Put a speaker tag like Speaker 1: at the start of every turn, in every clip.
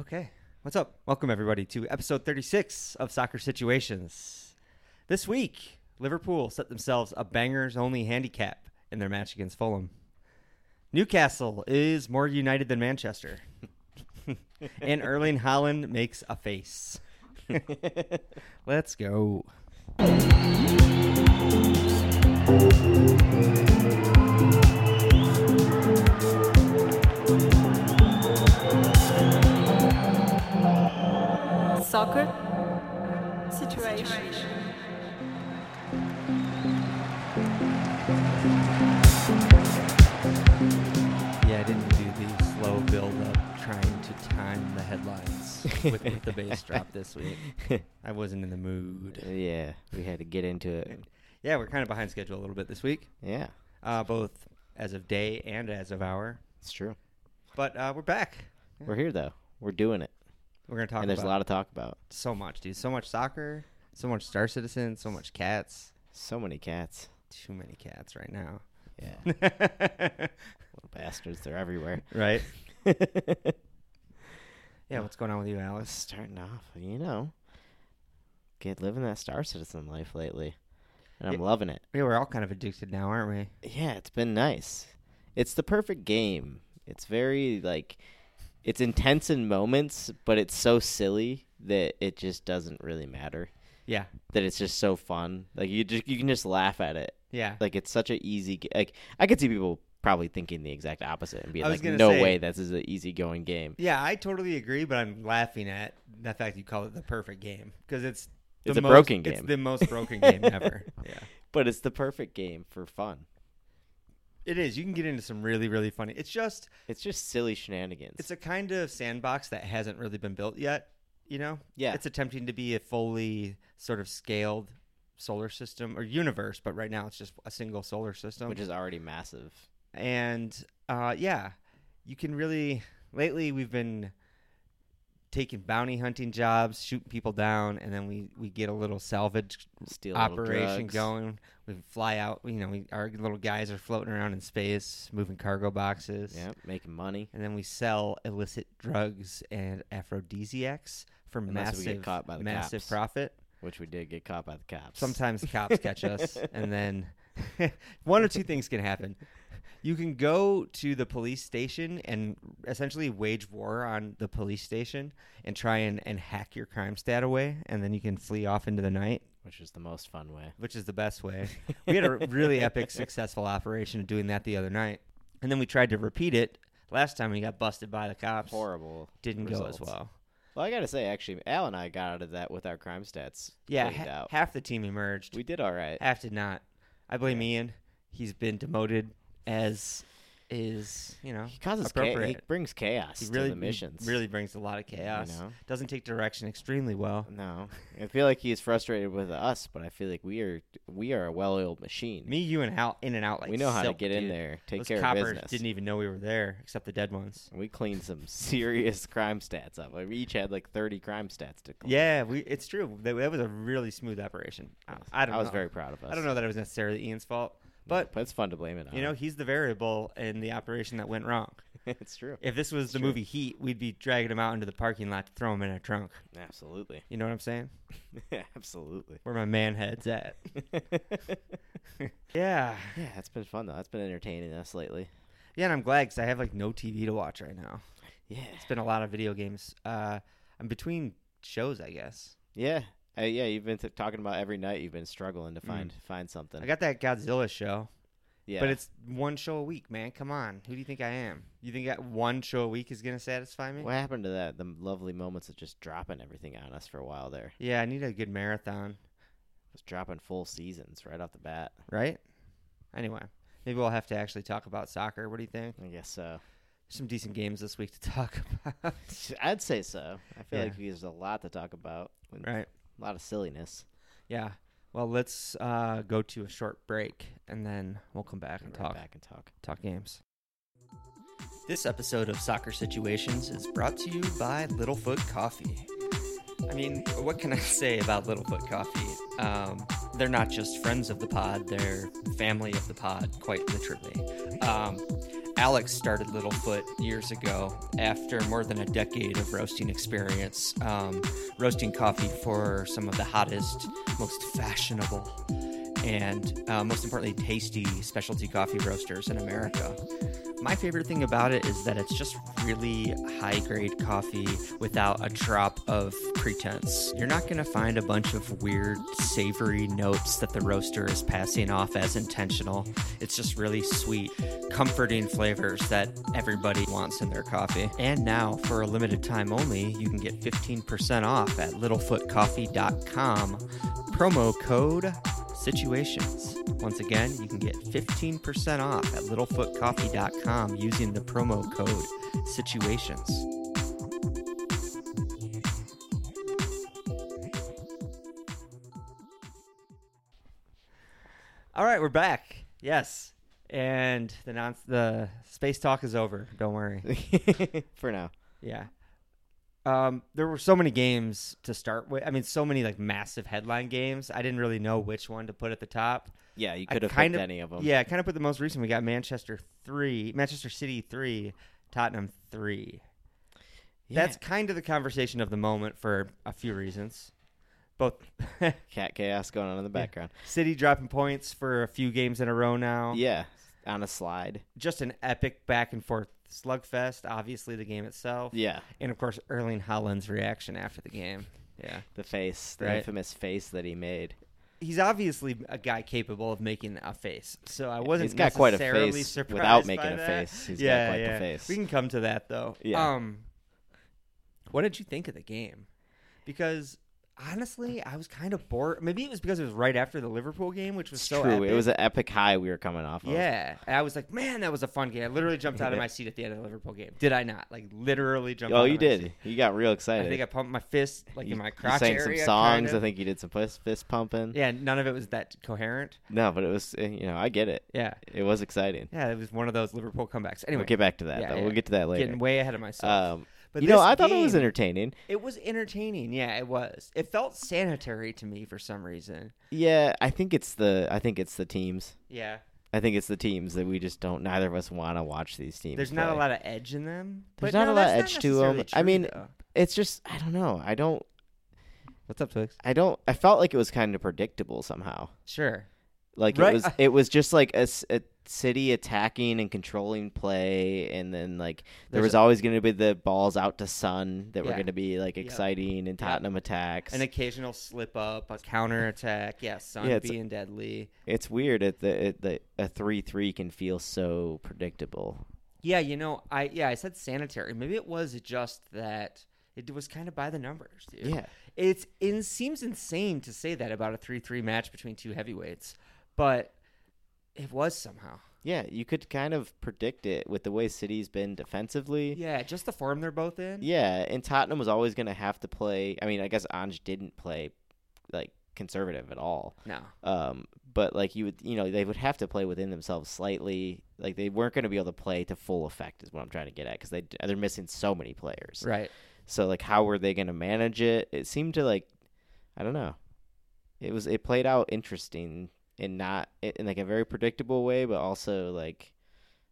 Speaker 1: Okay. What's up? Welcome, everybody, to episode 36 of Soccer Situations. This week, Liverpool set themselves a bangers only handicap in their match against Fulham. Newcastle is more united than Manchester. and Erling Holland makes a face. Let's go.
Speaker 2: Soccer situation.
Speaker 1: Yeah, I didn't do the slow build up trying to time the headlines with, with the bass drop this week. I wasn't in the mood.
Speaker 3: Yeah, we had to get into it.
Speaker 1: Yeah, we're kind of behind schedule a little bit this week,
Speaker 3: Yeah,
Speaker 1: uh, both as of day and as of hour.
Speaker 3: it's true.
Speaker 1: But uh, we're back.
Speaker 3: We're here though. We're doing it,
Speaker 1: We're going to talk
Speaker 3: and there's
Speaker 1: about
Speaker 3: a lot of talk about.
Speaker 1: so much, dude. So much soccer, so much Star Citizen, so much cats.
Speaker 3: So many cats.
Speaker 1: Too many cats right now.
Speaker 3: Yeah, little bastards. They're everywhere.
Speaker 1: right? Yeah, what's going on with you, Alice?
Speaker 3: Starting off, you know, get living that Star Citizen life lately, and I'm
Speaker 1: It-
Speaker 3: loving it.
Speaker 1: Yeah, we're all kind of addicted now, aren't we?
Speaker 3: Yeah, it's been nice. It's the perfect game. It's very like, it's intense in moments, but it's so silly that it just doesn't really matter.
Speaker 1: Yeah.
Speaker 3: That it's just so fun. Like you just you can just laugh at it.
Speaker 1: Yeah.
Speaker 3: Like it's such an easy. g- Like I could see people probably thinking the exact opposite and being
Speaker 1: I was
Speaker 3: like,
Speaker 1: gonna
Speaker 3: "No
Speaker 1: say-
Speaker 3: way, this is an easy going game."
Speaker 1: Yeah, I totally agree, but I'm laughing at the fact you call it the perfect game because it's the
Speaker 3: It's a
Speaker 1: most,
Speaker 3: broken
Speaker 1: It's
Speaker 3: game.
Speaker 1: the most broken game ever. Yeah,
Speaker 3: But it's the perfect game for fun.
Speaker 1: it is. You can get into some really, really funny. It's just
Speaker 3: It's just silly shenanigans.
Speaker 1: it's a kind of sandbox that hasn't really been built yet. You know,
Speaker 3: Yeah.
Speaker 1: it's attempting to be a fully sort of scaled solar system or universe, but right now it's just a single solar system.
Speaker 3: which is already massive.
Speaker 1: and uh, yeah, you can really. Lately, we've been taking bounty hunting jobs, shooting people down, and then we we get a little salvage
Speaker 3: Steal little
Speaker 1: operation
Speaker 3: drugs.
Speaker 1: going. We fly out. You know, we, our little guys are floating around in space, moving cargo boxes.
Speaker 3: Yep, making money.
Speaker 1: And then we sell illicit drugs and aphrodisiacs for
Speaker 3: Unless
Speaker 1: massive,
Speaker 3: we get caught by the
Speaker 1: massive
Speaker 3: cops.
Speaker 1: profit.
Speaker 3: Which we did get caught by the cops.
Speaker 1: Sometimes cops catch us, and then one or two things can happen. You can go to the police station and essentially wage war on the police station and try and, and hack your crime stat away, and then you can flee off into the night,
Speaker 3: Which is the most fun way.
Speaker 1: which is the best way. We had a really epic, successful operation of doing that the other night, and then we tried to repeat it last time. We got busted by the cops.
Speaker 3: Horrible.
Speaker 1: Didn't
Speaker 3: results.
Speaker 1: go as well.
Speaker 3: Well, I gotta say, actually, Al and I got out of that with our crime stats.
Speaker 1: Yeah,
Speaker 3: cleaned
Speaker 1: ha-
Speaker 3: out.
Speaker 1: half the team emerged.
Speaker 3: we did all right.
Speaker 1: Half did not. I blame Ian. He's been demoted as is, you know,
Speaker 3: He causes chaos. He
Speaker 1: appropriate.
Speaker 3: brings chaos
Speaker 1: He
Speaker 3: to
Speaker 1: really
Speaker 3: the missions.
Speaker 1: really brings a lot of chaos.
Speaker 3: know?
Speaker 1: Doesn't take direction extremely well.
Speaker 3: No, I feel like he's frustrated with us, but I feel like we are we are a well-oiled machine.
Speaker 1: Me, you, and out in and out like
Speaker 3: we know how to
Speaker 1: silk,
Speaker 3: get in
Speaker 1: dude.
Speaker 3: there, take
Speaker 1: Those
Speaker 3: care of
Speaker 1: coppers
Speaker 3: business. Oh,
Speaker 1: didn't e- even know we were there, except the dead ones.
Speaker 3: we cleaned some serious crime stats up. Like, we each had like thirty crime stats to clean.
Speaker 1: Yeah, we. It's true. That, that was a really smooth operation. I, I don't.
Speaker 3: I was
Speaker 1: know.
Speaker 3: very Mm. proud of us.
Speaker 1: I don't know that it was necessarily Ian's fault, but
Speaker 3: it's fun to blame it on.
Speaker 1: you know, he's the variable in the operation that went wrong.
Speaker 3: it's true.
Speaker 1: If this was the
Speaker 3: true.
Speaker 1: movie Heat, we'd be dragging him out into the parking lot to throw him in a trunk.
Speaker 3: Absolutely,
Speaker 1: You know what I'm saying?
Speaker 3: absolutely.
Speaker 1: Where my man head's at.
Speaker 3: yeah,
Speaker 1: yeah.
Speaker 3: it's been fun though. It's been entertaining us lately.
Speaker 1: Yeah, and I'm glad because I have like no TV to watch right now.
Speaker 3: Yeah,
Speaker 1: It's been a lot of video games. Uh, I'm between shows, I guess.
Speaker 3: yeah, Uh, yeah. You've been t- talking about every night. You've been struggling to find find something.
Speaker 1: Mm. I got that Godzilla show,
Speaker 3: yeah,
Speaker 1: but it's one show a week, man. Come on. Who do you think I am? You think that one show a week is going to satisfy me?
Speaker 3: What happened to that? The lovely moments of just dropping everything on us for a while there.
Speaker 1: Yeah, I need a good marathon,
Speaker 3: Just dropping full seasons right off the bat.
Speaker 1: right? Anyway, maybe we'll have to actually talk about soccer. What do you think?
Speaker 3: I guess so.
Speaker 1: Some decent games this week to talk about,
Speaker 3: I'd say so. I feel
Speaker 1: Yeah.
Speaker 3: like there's a lot to talk about. and
Speaker 1: right?
Speaker 3: A lot of silliness.
Speaker 1: Yeah. Well, let's uh, go to a short break and then we'll come back and
Speaker 3: Right
Speaker 1: talk
Speaker 3: back and talk.
Speaker 1: talk games. This episode of Soccer Situations is brought to you by Littlefoot Coffee. I mean, what can I say about Littlefoot Coffee? Um, they're not just friends of the pod, they're family of the pod, quite literally. Um,
Speaker 4: Alex started Littlefoot years ago after more than a decade of roasting experience, um, roasting coffee for some of the hottest, most fashionable, and uh, most importantly, tasty specialty coffee roasters in America. My favorite thing about it is that it's just really high grade coffee without a drop of pretense. You're not going to find a bunch of weird, savory notes that the roaster is passing off as intentional. It's just really sweet, comforting flavors that everybody wants in their coffee. And now, for a limited time only, you can get 15% off at littlefootcoffee.com. Promo code situations. Once again, you can get 15% off at littlefootcoffee.com using the promo code situations.
Speaker 1: All right, we're back. Yes, and the non the space talk is over. Don't worry.
Speaker 3: For now.
Speaker 1: Yeah. Um, there were so many games to start with. I mean, so many like massive headline games. I didn't really know which one to put at the top.
Speaker 3: Yeah, you
Speaker 1: I
Speaker 3: could have
Speaker 1: kind
Speaker 3: picked any of them.
Speaker 1: Yeah, I kind of put the most recent. We got Manchester three, Manchester City three, Tottenham three. That's kind of the conversation of the moment for a few reasons. Both
Speaker 3: cat chaos going on in the background.
Speaker 1: City dropping points for a few games in a row now.
Speaker 3: Yeah, on a slide.
Speaker 1: Just an epic back and forth slugfest. Obviously, the game itself.
Speaker 3: Yeah,
Speaker 1: And of course, Erling Haaland's reaction after the game. Yeah.
Speaker 3: the face, the
Speaker 1: Right.
Speaker 3: infamous face that he made.
Speaker 1: He's obviously a guy capable of making a face. So I wasn't
Speaker 3: He's got quite a
Speaker 1: necessarily
Speaker 3: face
Speaker 1: surprised
Speaker 3: without making
Speaker 1: by
Speaker 3: a
Speaker 1: that.
Speaker 3: face. He's got
Speaker 1: yeah,
Speaker 3: quite the
Speaker 1: yeah.
Speaker 3: face.
Speaker 1: We can come to that though.
Speaker 3: Yeah.
Speaker 1: Um What did you think of the game? Because honestly, I was kind of bored. Maybe it was because it was right after the Liverpool game, which was
Speaker 3: It's
Speaker 1: so
Speaker 3: true.
Speaker 1: epic.
Speaker 3: It was an epic high we were coming off of.
Speaker 1: Yeah, and I was like, man, that was a fun game. I literally jumped out of my seat at the end of the Liverpool game. Did I not? Like literally jumped.
Speaker 3: Oh,
Speaker 1: out
Speaker 3: you
Speaker 1: of my
Speaker 3: did.
Speaker 1: seat.
Speaker 3: You got real excited.
Speaker 1: I think I pumped my fist like
Speaker 3: you,
Speaker 1: in my
Speaker 3: you
Speaker 1: crotch
Speaker 3: sang
Speaker 1: area,
Speaker 3: some songs.
Speaker 1: kinda.
Speaker 3: I think you did some fist, fist pumping.
Speaker 1: Yeah, none of it was that coherent.
Speaker 3: No, but it was. eh, You know, I get it.
Speaker 1: Yeah,
Speaker 3: It was exciting.
Speaker 1: yeah, it was one of those Liverpool comebacks. Anyway,
Speaker 3: we'll get back to that.
Speaker 1: yeah,
Speaker 3: though.
Speaker 1: yeah.
Speaker 3: We'll get to that later.
Speaker 1: getting way ahead of myself.
Speaker 3: um,
Speaker 1: but
Speaker 3: you know,
Speaker 1: this
Speaker 3: I thought it was
Speaker 1: game-
Speaker 3: entertaining.
Speaker 1: it was entertaining. Yeah, it was. It felt sanitary to me for some reason.
Speaker 3: Yeah, I think it's the. I think it's the teams.
Speaker 1: Yeah,
Speaker 3: I think it's the teams that we just don't. Neither of us want to watch these teams.
Speaker 1: there's not a
Speaker 3: play.
Speaker 1: lot of edge in them.
Speaker 3: There's
Speaker 1: but
Speaker 3: not
Speaker 1: no,
Speaker 3: a lot
Speaker 1: that's
Speaker 3: of edge to
Speaker 1: necessarily
Speaker 3: them. I
Speaker 1: true,
Speaker 3: mean,
Speaker 1: though.
Speaker 3: It's just I don't know. I don't.
Speaker 1: what's up, Twix?
Speaker 3: I don't. I felt like it was kind of predictable somehow.
Speaker 1: Sure.
Speaker 3: Like
Speaker 1: Right,
Speaker 3: it was.
Speaker 1: I-
Speaker 3: It was just like a, s- a city attacking and controlling play, and then like there
Speaker 1: There's
Speaker 3: was
Speaker 1: a-
Speaker 3: always going to be the balls out to Sun that were
Speaker 1: Yeah.
Speaker 3: going to be like exciting and Tottenham attacks.
Speaker 1: An occasional slip up, a counter attack. Yes, Son
Speaker 3: Yeah, it's-
Speaker 1: being deadly.
Speaker 3: it's weird that the, it- the a three three can feel so predictable.
Speaker 1: Yeah, you know, I yeah, I said sanitary. Maybe it was just that it was kind of by the numbers, dude.
Speaker 3: Yeah.
Speaker 1: It's it seems insane to say that about a 3-3 match between two heavyweights, but it was somehow.
Speaker 3: Yeah, you could kind of predict it with the way City's been defensively.
Speaker 1: Yeah, just the form they're both in.
Speaker 3: Yeah, and Tottenham was always going to have to play. I mean, I guess Ange didn't play like conservative at all.
Speaker 1: No.
Speaker 3: Um, but like you would, you know, they would have to play within themselves slightly. Like they weren't going to be able to play to full effect, is what I'm trying to get at, because they they're missing so many players.
Speaker 1: Right.
Speaker 3: So like, how were they going to manage it? It seemed to like, I don't know. It was it played out interesting and not in in, like a very predictable way, but also like,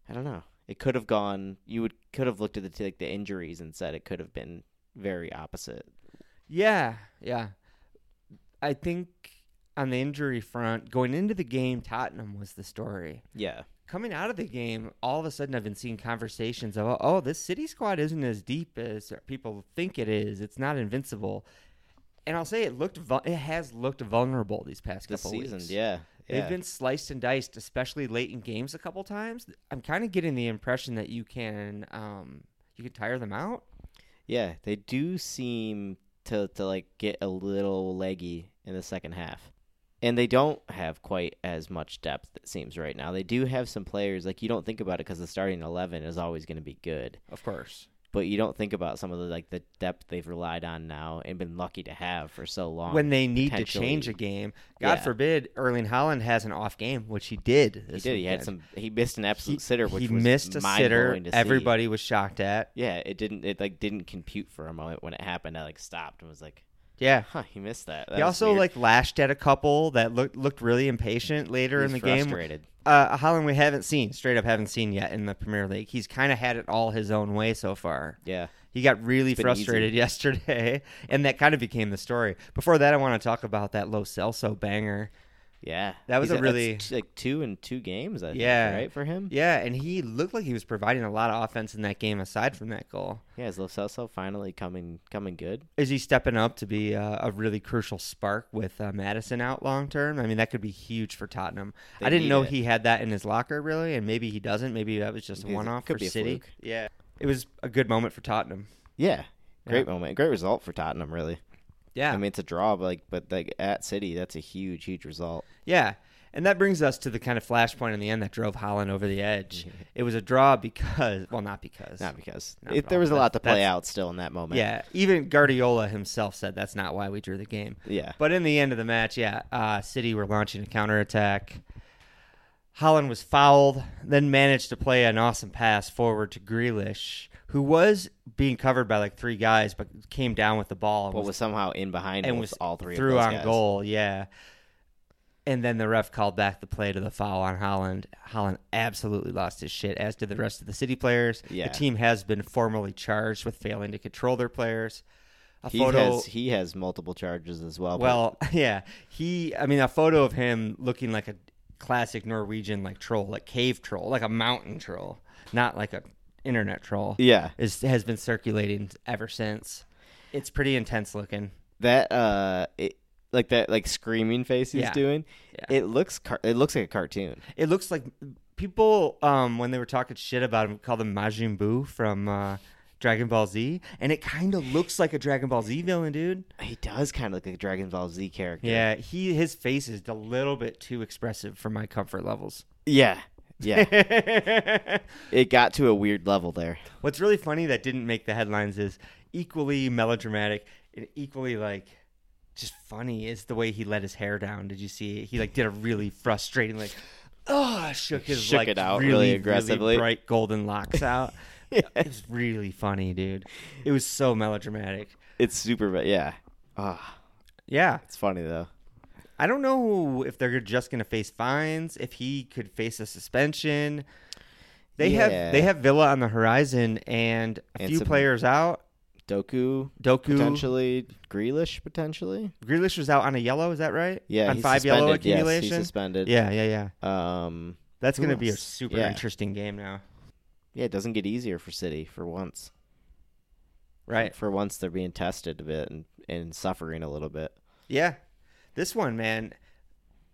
Speaker 3: I don't know. It could have gone. You would could have looked at the like the injuries and said it could have been very opposite.
Speaker 1: Yeah, yeah. I think on the injury front, going into the game, Tottenham was the story.
Speaker 3: Yeah.
Speaker 1: coming out of the game, all of a sudden I've been seeing conversations of, oh, this city squad isn't as deep as people think it is. It's not invincible. And I'll say it looked, vul- it has looked vulnerable these past
Speaker 3: This
Speaker 1: couple
Speaker 3: season,
Speaker 1: weeks.
Speaker 3: yeah.
Speaker 1: They've been sliced and diced, especially late in games a couple times. I'm kind of getting the impression that you can, um, you can tire them out.
Speaker 3: Yeah, they do seem to to like get a little leggy in the second half. And they don't have quite as much depth it seems right now. They do have some players like you don't think about it cuz the starting 11 is always going to be good.
Speaker 1: Of course.
Speaker 3: But you don't think about some of the like the depth they've relied on now and been lucky to have for so long.
Speaker 1: When they need to
Speaker 3: potentially-
Speaker 1: change a game, God
Speaker 3: Yeah.
Speaker 1: forbid Erling Holland has an off game, which he did.
Speaker 3: he
Speaker 1: This
Speaker 3: did, he had
Speaker 1: weekend.
Speaker 3: some he missed an absolute
Speaker 1: He-
Speaker 3: sitter which
Speaker 1: he
Speaker 3: was
Speaker 1: missed a sitter.
Speaker 3: mind-blowing to see.
Speaker 1: Everybody was shocked at.
Speaker 3: Yeah, it didn't it like didn't compute for a moment when it happened. I like stopped and was like
Speaker 1: Yeah.
Speaker 3: Huh, he missed that. That
Speaker 1: He
Speaker 3: was
Speaker 1: also
Speaker 3: weird.
Speaker 1: like lashed at a couple that looked looked really impatient later
Speaker 3: He's
Speaker 1: in the game.
Speaker 3: frustrated.
Speaker 1: Uh, a Holland we haven't seen, straight up haven't seen yet in the Premier League. He's kind of had it all his own way so far.
Speaker 3: Yeah.
Speaker 1: He got really
Speaker 3: been easy.
Speaker 1: frustrated yesterday, and that kind of became the story. Before that, I want to talk about that Lo Celso banger.
Speaker 3: Yeah.
Speaker 1: That was
Speaker 3: He's
Speaker 1: a
Speaker 3: at- that's
Speaker 1: really-
Speaker 3: t- like two in two games, I think,
Speaker 1: Yeah.
Speaker 3: right, for him?
Speaker 1: Yeah, and he looked like he was providing a lot of offense in that game aside from that goal.
Speaker 3: Yeah, is Lo Celso finally coming coming good?
Speaker 1: Is he stepping up to be uh, a really crucial spark with uh, Madison out long term? I mean, that could be huge for Tottenham.
Speaker 3: They
Speaker 1: I didn't
Speaker 3: need
Speaker 1: know
Speaker 3: it.
Speaker 1: he had that in his locker, really, and maybe he doesn't. Maybe that was just a
Speaker 3: Maybe it
Speaker 1: one off
Speaker 3: could
Speaker 1: for
Speaker 3: be a
Speaker 1: City.
Speaker 3: fluke.
Speaker 1: Yeah, it was a good moment for Tottenham.
Speaker 3: Yeah. Great
Speaker 1: Yeah.
Speaker 3: moment. Great result for Tottenham, really.
Speaker 1: Yeah,
Speaker 3: I mean, it's a draw, but like, but like at City, that's a huge, huge result.
Speaker 1: Yeah. And that brings us to the kind of flashpoint in the end that drove Holland over the edge. It was a draw because, well, not because.
Speaker 3: Not because
Speaker 1: Not
Speaker 3: it,
Speaker 1: at
Speaker 3: there
Speaker 1: all.
Speaker 3: was a lot to
Speaker 1: That's-
Speaker 3: play
Speaker 1: that's-
Speaker 3: out still in that moment.
Speaker 1: yeah. Even Guardiola himself said that's not why we drew the game.
Speaker 3: Yeah.
Speaker 1: But in the end of the match, yeah, uh, City were launching a counterattack. Holland was fouled, then managed to play an awesome pass forward to Grealish, who was being covered by like three guys, but came down with the ball and
Speaker 3: But
Speaker 1: was
Speaker 3: was somehow in behind
Speaker 1: and
Speaker 3: with
Speaker 1: was
Speaker 3: all three
Speaker 1: through
Speaker 3: of those
Speaker 1: on
Speaker 3: guys.
Speaker 1: goal. Yeah, and then the ref called back the play to the foul on Holland. Holland absolutely lost his shit, as did the rest of the City players.
Speaker 3: Yeah.
Speaker 1: the team has been formally charged with failing to control their players. A
Speaker 3: He
Speaker 1: photo.
Speaker 3: has he has multiple charges as well. but
Speaker 1: well, yeah, he. I mean, a photo of him looking like a classic Norwegian like troll, like cave troll, like a mountain troll, not like a internet troll.
Speaker 3: yeah,
Speaker 1: Is, has been circulating ever since. It's pretty intense looking.
Speaker 3: that uh, it, like that like screaming face he's
Speaker 1: Yeah.
Speaker 3: doing,
Speaker 1: Yeah.
Speaker 3: it looks car- it looks like a cartoon.
Speaker 1: It looks like people um, when they were talking shit about him called him Majin Buu from uh, Dragon Ball Z, and it kind of looks like a Dragon Ball Z villain, dude.
Speaker 3: He does kind of look like a Dragon Ball Z character.
Speaker 1: Yeah, he his face is a little bit too expressive for my comfort levels.
Speaker 3: yeah, yeah. it got to a weird level there.
Speaker 1: What's really funny that didn't make the headlines is equally melodramatic and equally like just funny is the way he let his hair down. Did you see? it? He like did a really frustrating like oh shook his
Speaker 3: Shook
Speaker 1: like
Speaker 3: it out really
Speaker 1: really,
Speaker 3: aggressively.
Speaker 1: really bright golden locks out. It was really funny, dude. It was so melodramatic.
Speaker 3: It's super, but yeah, ah,
Speaker 1: Yeah,
Speaker 3: it's funny though.
Speaker 1: I don't know if they're just going to face fines, if he could face a suspension. They
Speaker 3: Yeah.
Speaker 1: have they have Villa on the horizon and a
Speaker 3: And
Speaker 1: few
Speaker 3: some-
Speaker 1: players out.
Speaker 3: Doku
Speaker 1: Doku
Speaker 3: potentially, Grealish potentially.
Speaker 1: Grealish was out on a yellow. Is that right?
Speaker 3: Yeah,
Speaker 1: on
Speaker 3: he's
Speaker 1: five yellow
Speaker 3: suspended. Yes, he's
Speaker 1: accumulation.
Speaker 3: suspended.
Speaker 1: Yeah, yeah, yeah.
Speaker 3: Um,
Speaker 1: That's
Speaker 3: Who
Speaker 1: going to be a
Speaker 3: else?
Speaker 1: super
Speaker 3: Yeah.
Speaker 1: interesting game now,
Speaker 3: yeah, it doesn't get easier for City for once.
Speaker 1: right?
Speaker 3: For once, they're being tested a bit and, and suffering a little bit.
Speaker 1: Yeah, this one, man,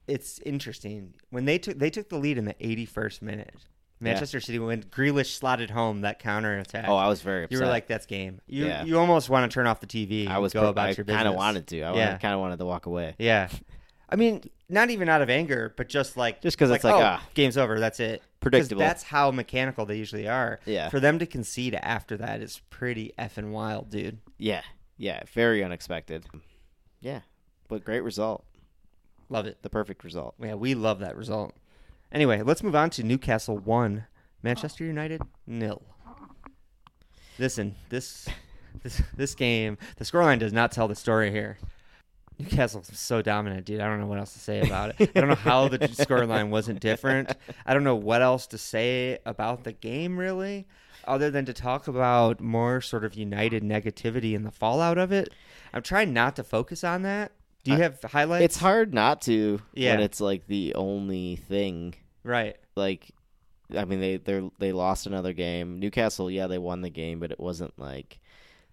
Speaker 1: it's interesting. When they took they took the lead in the 81st minute,
Speaker 3: Yeah.
Speaker 1: Manchester City when Grealish slotted home that counter attack.
Speaker 3: Oh, I was very upset.
Speaker 1: you were like, "That's game." You
Speaker 3: Yeah.
Speaker 1: you almost want to turn off the TV.
Speaker 3: I
Speaker 1: and
Speaker 3: was
Speaker 1: go
Speaker 3: pro-
Speaker 1: about
Speaker 3: I
Speaker 1: your business.
Speaker 3: kind of wanted to. I
Speaker 1: Yeah.
Speaker 3: kind of wanted to walk away.
Speaker 1: Yeah, I mean, not even out of anger, but just like
Speaker 3: Just 'cause it's like,
Speaker 1: oh,
Speaker 3: ah,
Speaker 1: game's over. That's it. 'Cause
Speaker 3: predictable.
Speaker 1: That's how mechanical they usually are.
Speaker 3: Yeah.
Speaker 1: For them to concede after that is pretty effing wild, dude.
Speaker 3: Yeah, yeah, very unexpected. Yeah, but great result.
Speaker 1: Love it.
Speaker 3: The perfect result.
Speaker 1: Yeah, we love that result. Anyway, let's move on to Newcastle one, Manchester United nil. Listen, this this this game, the scoreline does not tell the story here. Newcastle was so dominant, dude. I don't know what else to say about it. I don't know how the scoreline wasn't different. I don't know what else to say about the game really, other than to talk about more sort of United negativity and the fallout of it. I'm trying not to focus on that. Do you have highlights?
Speaker 3: It's hard not to
Speaker 1: Yeah.
Speaker 3: when it's like the only thing.
Speaker 1: right.
Speaker 3: Like, I mean, they they they lost another game. Newcastle, yeah, they won the game, but it wasn't like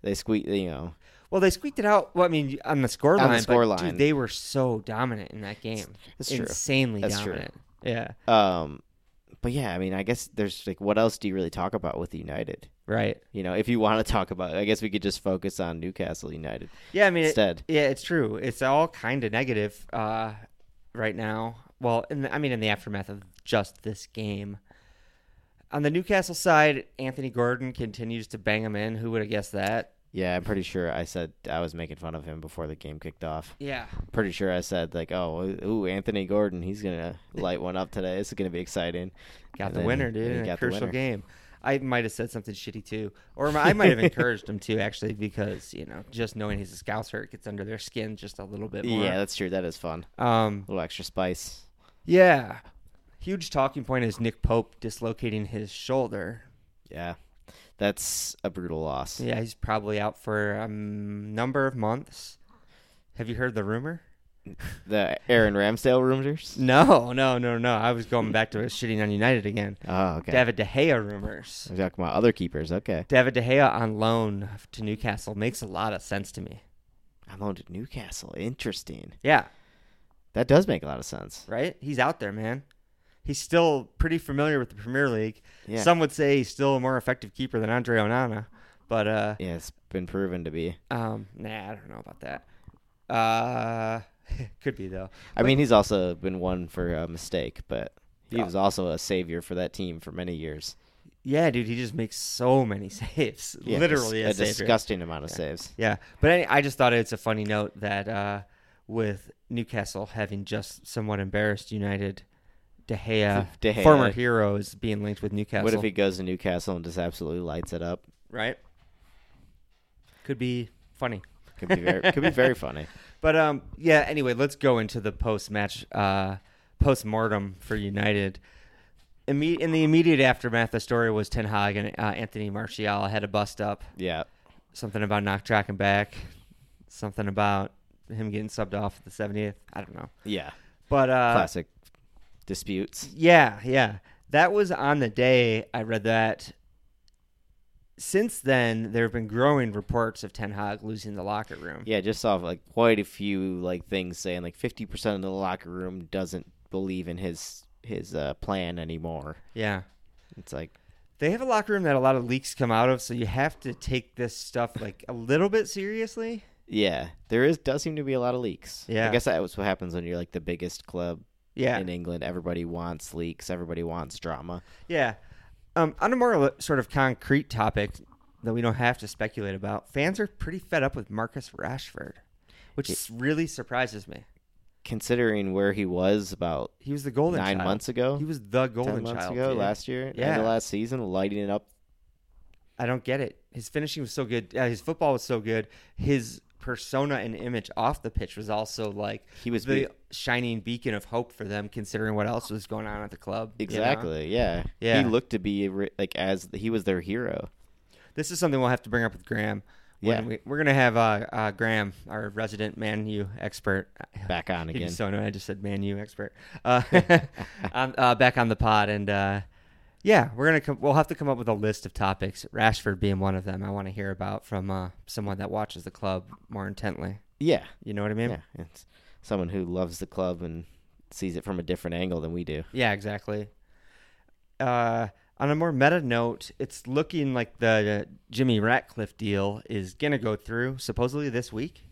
Speaker 3: they squeaked. You know,
Speaker 1: Well, they squeaked it out. Well, I mean, on the score
Speaker 3: the
Speaker 1: line,
Speaker 3: score
Speaker 1: but, dude,
Speaker 3: line.
Speaker 1: they were so dominant in that game.
Speaker 3: That's true.
Speaker 1: Insanely
Speaker 3: That's true.
Speaker 1: dominant. Yeah,
Speaker 3: Um, but yeah, I mean, I guess there's like, what else do you really talk about with United?
Speaker 1: right.
Speaker 3: You know, if you want to talk about, I guess we could just focus on Newcastle United.
Speaker 1: Yeah, I mean, it-
Speaker 3: Instead.
Speaker 1: yeah, it's true. It's all kind of negative uh, right now. Well, in the, I mean, in the aftermath of just this game. On the Newcastle side, Anthony Gordon continues to bang him in. Who would have guessed that?
Speaker 3: Yeah, I'm pretty sure I said I was making fun of him before the game kicked off.
Speaker 1: Yeah.
Speaker 3: Pretty sure I said like, oh, ooh, Anthony Gordon, he's gonna light one up today. This is gonna be exciting.
Speaker 1: Got
Speaker 3: And
Speaker 1: the
Speaker 3: then
Speaker 1: winner, dude.
Speaker 3: he
Speaker 1: In a
Speaker 3: got the
Speaker 1: crucial
Speaker 3: winner.
Speaker 1: game. I might have said something shitty too, or I might have encouraged him to actually because you know just knowing he's a scouser it gets under their skin just a little bit more.
Speaker 3: Yeah, that's true. That is fun.
Speaker 1: Um.
Speaker 3: A little extra spice.
Speaker 1: Yeah. Huge talking point is Nick Pope dislocating his shoulder.
Speaker 3: Yeah, that's a brutal loss.
Speaker 1: Yeah, he's probably out for a um, number of months. Have you heard the rumor?
Speaker 3: The Aaron Ramsdale rumors.
Speaker 1: No, no, no, no. I was going back to shitting on United again.
Speaker 3: Oh, okay.
Speaker 1: David De Gea rumors.
Speaker 3: We're talking about other keepers. Okay,
Speaker 1: David De Gea on loan to Newcastle makes a lot of sense to me.
Speaker 3: I'm on to Newcastle. Interesting.
Speaker 1: Yeah,
Speaker 3: That does make a lot of sense.
Speaker 1: right? He's out there, man. He's still pretty familiar with the Premier League.
Speaker 3: Yeah.
Speaker 1: Some would say he's still a more effective keeper than Andre Onana, but uh,
Speaker 3: Yeah, it's been proven to be.
Speaker 1: um, nah, I don't know about that. Uh, could be though.
Speaker 3: I mean, he's also been one for a mistake, but he was also a savior for that team for many years.
Speaker 1: Yeah, dude, he just makes so many saves.
Speaker 3: Yeah,
Speaker 1: Literally
Speaker 3: a,
Speaker 1: a, savior.
Speaker 3: disgusting amount of saves.
Speaker 1: Yeah, but any, I just thought it's a funny note that uh, with Newcastle having just somewhat embarrassed United, De Gea,
Speaker 3: De Gea.
Speaker 1: former hero, is being linked with Newcastle.
Speaker 3: What if he goes to Newcastle and just absolutely lights it up?
Speaker 1: right? Could be funny.
Speaker 3: Could be very, could be very funny.
Speaker 1: But um, yeah. Anyway, let's go into the post-match, uh, post-mortem for United. Imme- in the immediate aftermath, the story was Ten Hag and uh, Anthony Martial had a bust up.
Speaker 3: Yeah,
Speaker 1: Something about not tracking back. Something about him getting subbed off at the 70th. I don't know.
Speaker 3: yeah.
Speaker 1: But uh,
Speaker 3: Classic disputes.
Speaker 1: Yeah, yeah. That was on the day I read that. Since then, there have been growing reports of Ten Hag losing the locker room.
Speaker 3: Yeah, just saw like quite a few like things saying like fifty percent of the locker room doesn't believe in his his uh, plan anymore.
Speaker 1: Yeah.
Speaker 3: It's like
Speaker 1: They have a locker room that a lot of leaks come out of, so you have to take this stuff like a little bit seriously.
Speaker 3: Yeah, there is does seem to be a lot of leaks.
Speaker 1: Yeah.
Speaker 3: I guess that was what happens when you're like the biggest club
Speaker 1: Yeah.
Speaker 3: in England. Everybody wants leaks. Everybody wants drama.
Speaker 1: Yeah. Um, on a more li- sort of concrete topic that we don't have to speculate about, fans are pretty fed up with Marcus Rashford, which s really surprises me.
Speaker 3: Considering where he was about
Speaker 1: He was the golden
Speaker 3: nine
Speaker 1: child.
Speaker 3: months ago,
Speaker 1: He was the golden
Speaker 3: ten months
Speaker 1: child
Speaker 3: ago,
Speaker 1: dude.
Speaker 3: last year, yeah,
Speaker 1: Yeah.
Speaker 3: the last season, lighting it up.
Speaker 1: I don't get it. His finishing was so good. Uh, his football was so good. His persona and image off the pitch was also like
Speaker 3: He was
Speaker 1: the
Speaker 3: be-
Speaker 1: shining beacon of hope for them, considering what else was going on at the club. you know?
Speaker 3: Exactly. Yeah.
Speaker 1: Yeah.
Speaker 3: He looked to be re- like as he was their hero.
Speaker 1: This is something we'll have to bring up with Graham. When
Speaker 3: Yeah.
Speaker 1: we, we're gonna have uh, uh, Graham, our resident Man U expert,
Speaker 3: Back on
Speaker 1: He'd be
Speaker 3: again.
Speaker 1: so annoyed. I just said Man U expert. Uh, um, uh, back on the pod, and uh, yeah, we're gonna come, we'll have to come up with a list of topics. Rashford being one of them. I want to hear about from uh, someone that watches the club more intently.
Speaker 3: yeah.
Speaker 1: You know what I mean?
Speaker 3: Yeah. It's someone who loves the club and sees it from a different angle than we do.
Speaker 1: Yeah, exactly. Uh, on a more meta note, it's looking like the uh, Jimmy Ratcliffe deal is going to go through supposedly this week.